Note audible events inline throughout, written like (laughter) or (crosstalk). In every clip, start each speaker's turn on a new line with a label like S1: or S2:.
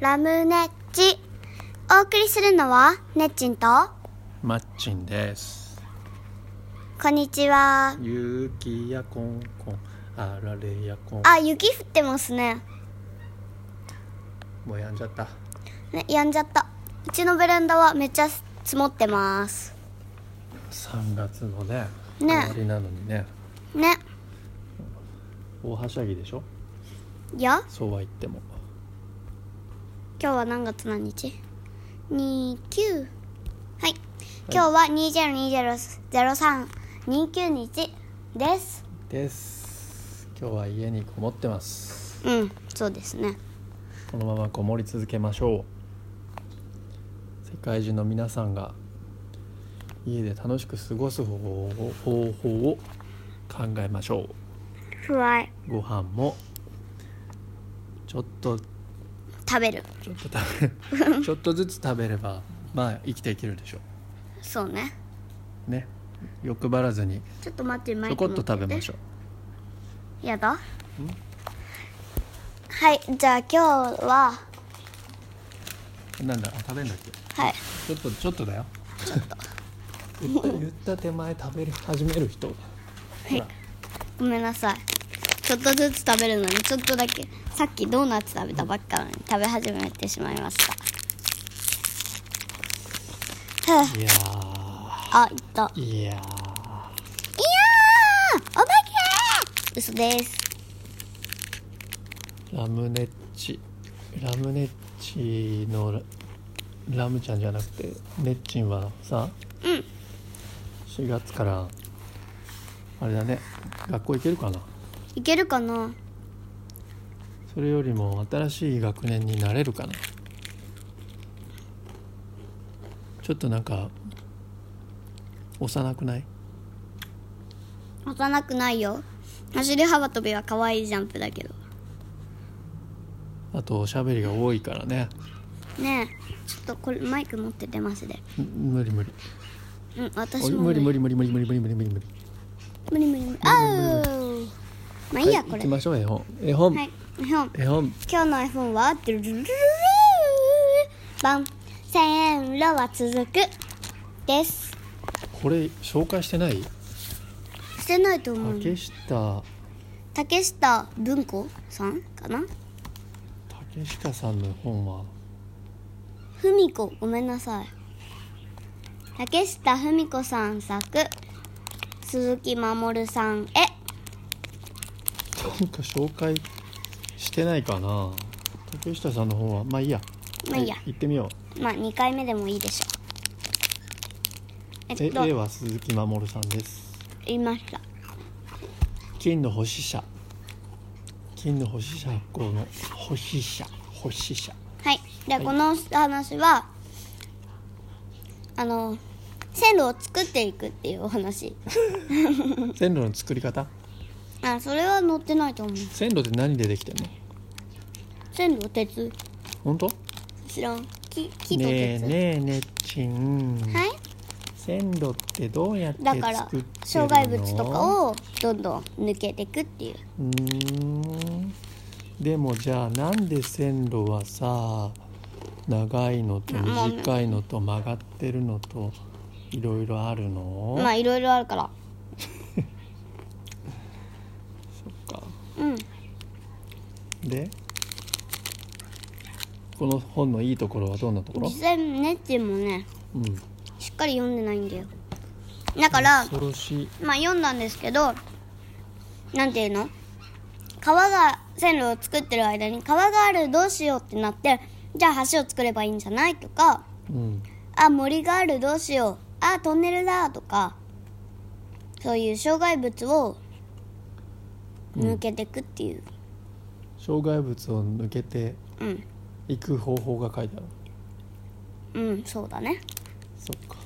S1: ラムネッチお送りするのはねっちんと
S2: マッチンです。
S1: こんにちは
S2: ゆきやこんこん、あられやこん。
S1: あ雪降ってますね
S2: もうやんじゃった。
S1: ねやんじゃったうちのベランダはめっちゃ積もってます
S2: 三月のね、
S1: ね
S2: 終わりなのにね、
S1: ね
S2: 大はしゃぎでしょ。
S1: いや
S2: そうは言っても。
S1: 今日は何月何日 ?29 はい今日は202003 29日です
S2: です。今日は家にこもってます。
S1: うんそうですね
S2: このままこもり続けましょう。世界中の皆さんが家で楽しく過ごす方法を方法を考えましょう。
S1: 不安
S2: ご飯もちょっと
S1: 食べる
S2: ちょっと食べ (laughs) ちょっとずつ食べればまあ生きていけるでしょ
S1: そうね
S2: うね欲張らずに
S1: ちょっと待ってマ
S2: ちょこっと食べましょう
S1: うやだはいじゃあ今日は
S2: なんだあ食べんだっけ
S1: はい
S2: ちょっとちょっとだよちょっと言った言った手前食べる始める人ほら
S1: ごめんなさいちょっとずつ食べるのにちょっとだけさっきドーナツ食べたばっかなのに食べ始めてしまいましたはぁ
S2: いやー
S1: あいった
S2: いや
S1: いやーお化け嘘です
S2: ーラムネッチラムネッチのララムちゃんじゃなくてネッチンはさ、
S1: うん
S2: 4月からあれだね学校行けるかない
S1: けるかな
S2: それよりも新しい学年になれるかなちょっとなんか幼くない
S1: 幼くないよ走り幅跳びは可愛いジャンプだけど
S2: あとおしゃべりが多いからね
S1: ねえちょっとこれマイク持っててますで
S2: ん無理無理
S1: うん
S2: お
S1: 私
S2: い
S1: も
S2: 無理無理無理無理無理無理無理無理
S1: 無
S2: 無理
S1: 理無理無理あーまあいいやこ
S2: は
S1: れ
S2: 行きましょう絵本絵本、
S1: はい絵本
S2: 絵本
S1: 今日の絵本はドゥルルルルルルバン線路は続くです
S2: これ紹介してない
S1: してないと思う
S2: 竹下
S1: 竹下文庫さんかな
S2: 竹下さんの本は
S1: ふみこごめんなさい竹下ふみこさん作鈴木まもるさんへ
S2: なんか紹介してないかな竹下さんの本はまあいいや
S1: まあいいや
S2: は行ってみよう
S1: まあ2回目でもいいでしょうえ
S2: え
S1: っ
S2: 絵
S1: と
S2: は鈴木守さんです
S1: 言いました
S2: 金の星社金の星社発行の星社星社
S1: はいでこの話はあの線路を作っていくっていうお
S2: (laughs)
S1: 話
S2: 線路の作り方
S1: あそれは載ってないと思う
S2: 線路って何でできてんの
S1: 線路鉄
S2: 本当
S1: 知らん木木と鉄、
S2: ねえねえねっちん、
S1: はい
S2: 線路ってどうやって
S1: だから
S2: 作ってるの
S1: 障害物とかをどんどん抜けていくっていう
S2: うーんでもじゃあなんで線路はさ長いのと短いのと曲がってるのといろいろあるの、
S1: まあいろいろあるから
S2: そっか
S1: うん
S2: でこの本のいいところはどんなところ
S1: 実、際ネッチもね
S2: うん、
S1: しっかり読んでないんだよだから
S2: 恐ろしい
S1: まあ読んだんですけどなんていうの川が線路を作ってる間に川があるどうしようってなってじゃあ橋を作ればいいんじゃないとか
S2: うん
S1: あ森があるどうしようあトンネルだとかそういう障害物を抜けてくっていう
S2: 障害物を抜けて
S1: うん
S2: いく方法が書いてある
S1: うん、そうだね
S2: そっか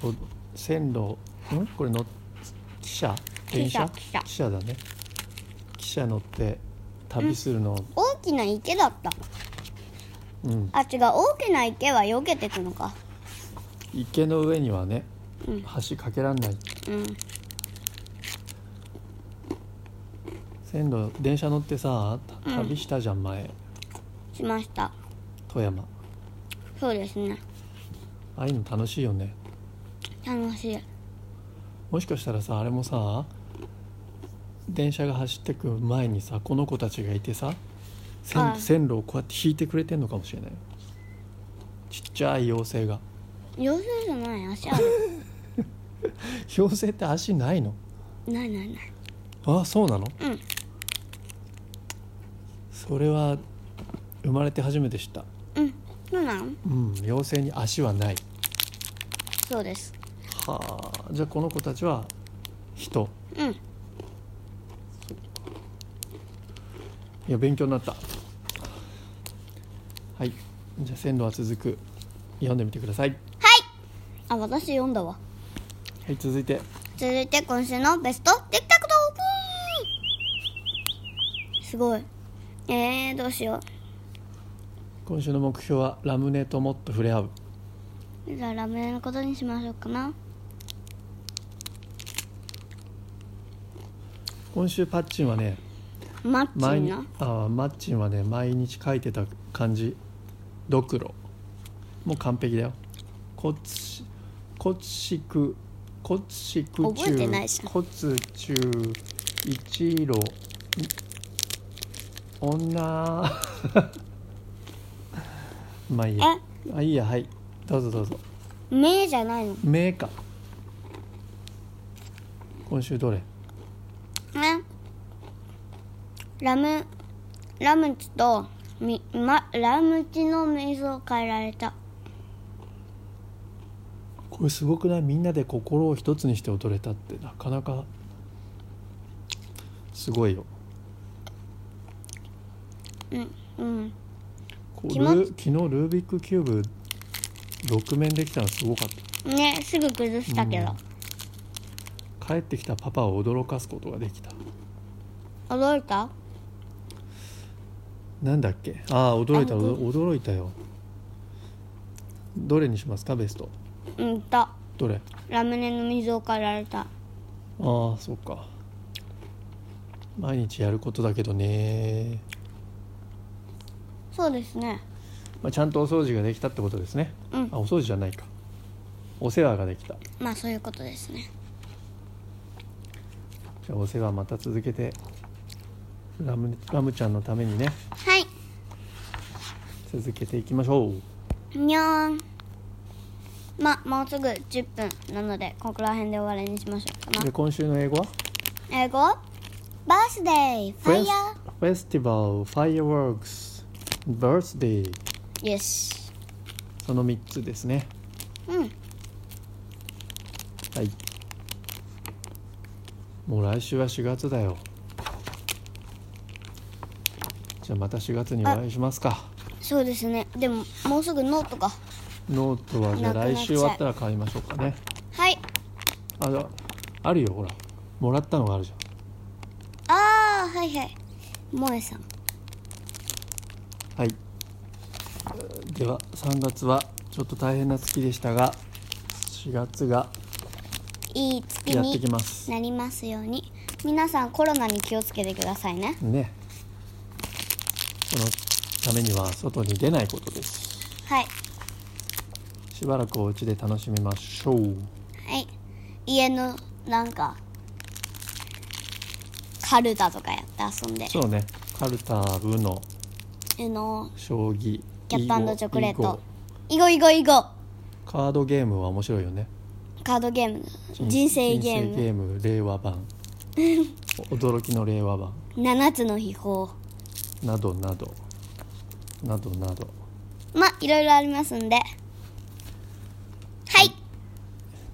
S2: そっかお線路んこれの汽車電車
S1: 汽車汽車
S2: だね汽車乗って旅するの
S1: 大きな池だった
S2: うん
S1: あ違う大きな池は避けてくのか
S2: 池の上にはね
S1: うん
S2: 橋かけらんない
S1: うん
S2: 線路電車乗ってさた
S1: うん
S2: 旅したじゃん前、
S1: しました
S2: 富山
S1: そうですね
S2: ああいうの楽しいよね
S1: 楽しい
S2: もしかしたらさあれもさ電車が走ってく前にさこの子たちがいてさ
S1: あ
S2: 線
S1: あ
S2: 線路をこうやって引いてくれてんのかもしれないよちっちゃい妖精が
S1: 妖精じゃない足ある
S2: 妖精って足ないの
S1: ないないない
S2: ああそうなの
S1: うん
S2: それは生まれて初めて知った
S1: うんそうなの
S2: うん妖精に足はない
S1: そうです
S2: はあじゃあこの子たちは人
S1: うん
S2: いや勉強になったはいじゃあ線路は続く読んでみてください
S1: あ私読んだわ
S2: はい続いて
S1: 続いて今週のベストできたことすごいえー、どうしよ
S2: 今週の目標はラムネともっと触れ合う
S1: うじゃあラムネのことにしましょうかな
S2: 今週パッチンはね
S1: マッチ
S2: 毎
S1: ン
S2: 日
S1: な
S2: あマッチンはね毎日書いてた感じドクロもう完璧だよこつこつしくこつしく
S1: 覚えてないじゃん
S2: こつちゅう一路女 (laughs) まあいいやあいいやはいどうぞどうぞ
S1: 目じゃないの
S2: 名か今週どれ
S1: ねラムラムチとみ、ま、ラムチの水を変えられた
S2: これすごくないみんなで心を一つにして踊れたってなかなかすごいよ
S1: うんうん
S2: こう
S1: 気
S2: ル
S1: 持
S2: ー昨日ルービックキューブ6面できたのすごかっ
S1: ねすぐ崩したけど、
S2: た帰ってきたパパを驚かすことができた
S1: 驚いた
S2: なんだっけああ驚いた
S1: あ
S2: 驚驚いたよどれにしますかベスト
S1: うんと
S2: どれ
S1: ラムネの水を変えられた
S2: ああそうか毎日やることだけどね、
S1: そうですね
S2: まあ、ちゃんとお掃除ができたってことですね、
S1: うん
S2: あお掃除じゃないかお世話ができた
S1: まあそういうことですね
S2: じゃあお世話また続けてラムラムちゃんのためにね
S1: はい
S2: 続けていきましょう
S1: にゃーんまあもうすぐ10分なのでここら辺で終わりにしましょうか
S2: で
S1: な
S2: 今週の英語は
S1: 英語バースデーファイヤ
S2: フェスティバルファイアワークスバースデー
S1: ーよし
S2: その3つですね
S1: うん
S2: はいもう来週は4月だよじゃあまた4月にお会いしますか
S1: そうですねでももうすぐノートか
S2: ノートはじゃあ
S1: なくなっ
S2: 来
S1: ちゃう
S2: 週終わったら買いましょうかね
S1: はい
S2: あじゃああるよほらもらったのがあるじゃん
S1: ああはいはい萌えさん
S2: はい。では3月はちょっと大変な月でしたが、4月が
S1: いい月
S2: やって
S1: に
S2: きます。
S1: なりますように皆さんコロナに気をつけてくださいね
S2: ね。そのためには外に出ないことです。
S1: はい
S2: しばらくお家で楽しみましょう。
S1: はい家のなんかカルタとかやって遊んで
S2: そうね。カルタ部の
S1: あの
S2: 将棋。
S1: キャットチョコレー
S2: 囲碁
S1: ト。イゴイゴイゴ
S2: カードゲームは面白いよね。
S1: カードゲーム人生ゲー
S2: 人生ゲ
S1: ム
S2: ーム令
S1: (laughs)
S2: 和版。驚きの令和版。
S1: 7つの秘宝
S2: などなど。などなど。
S1: まあいろいろありますんではい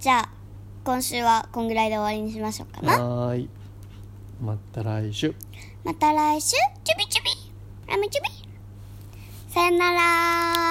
S1: じゃあ今週はこんぐらいで終わりにしましょうかな
S2: はーい。また来週。
S1: また来週チュビチュビラムチュビさよなら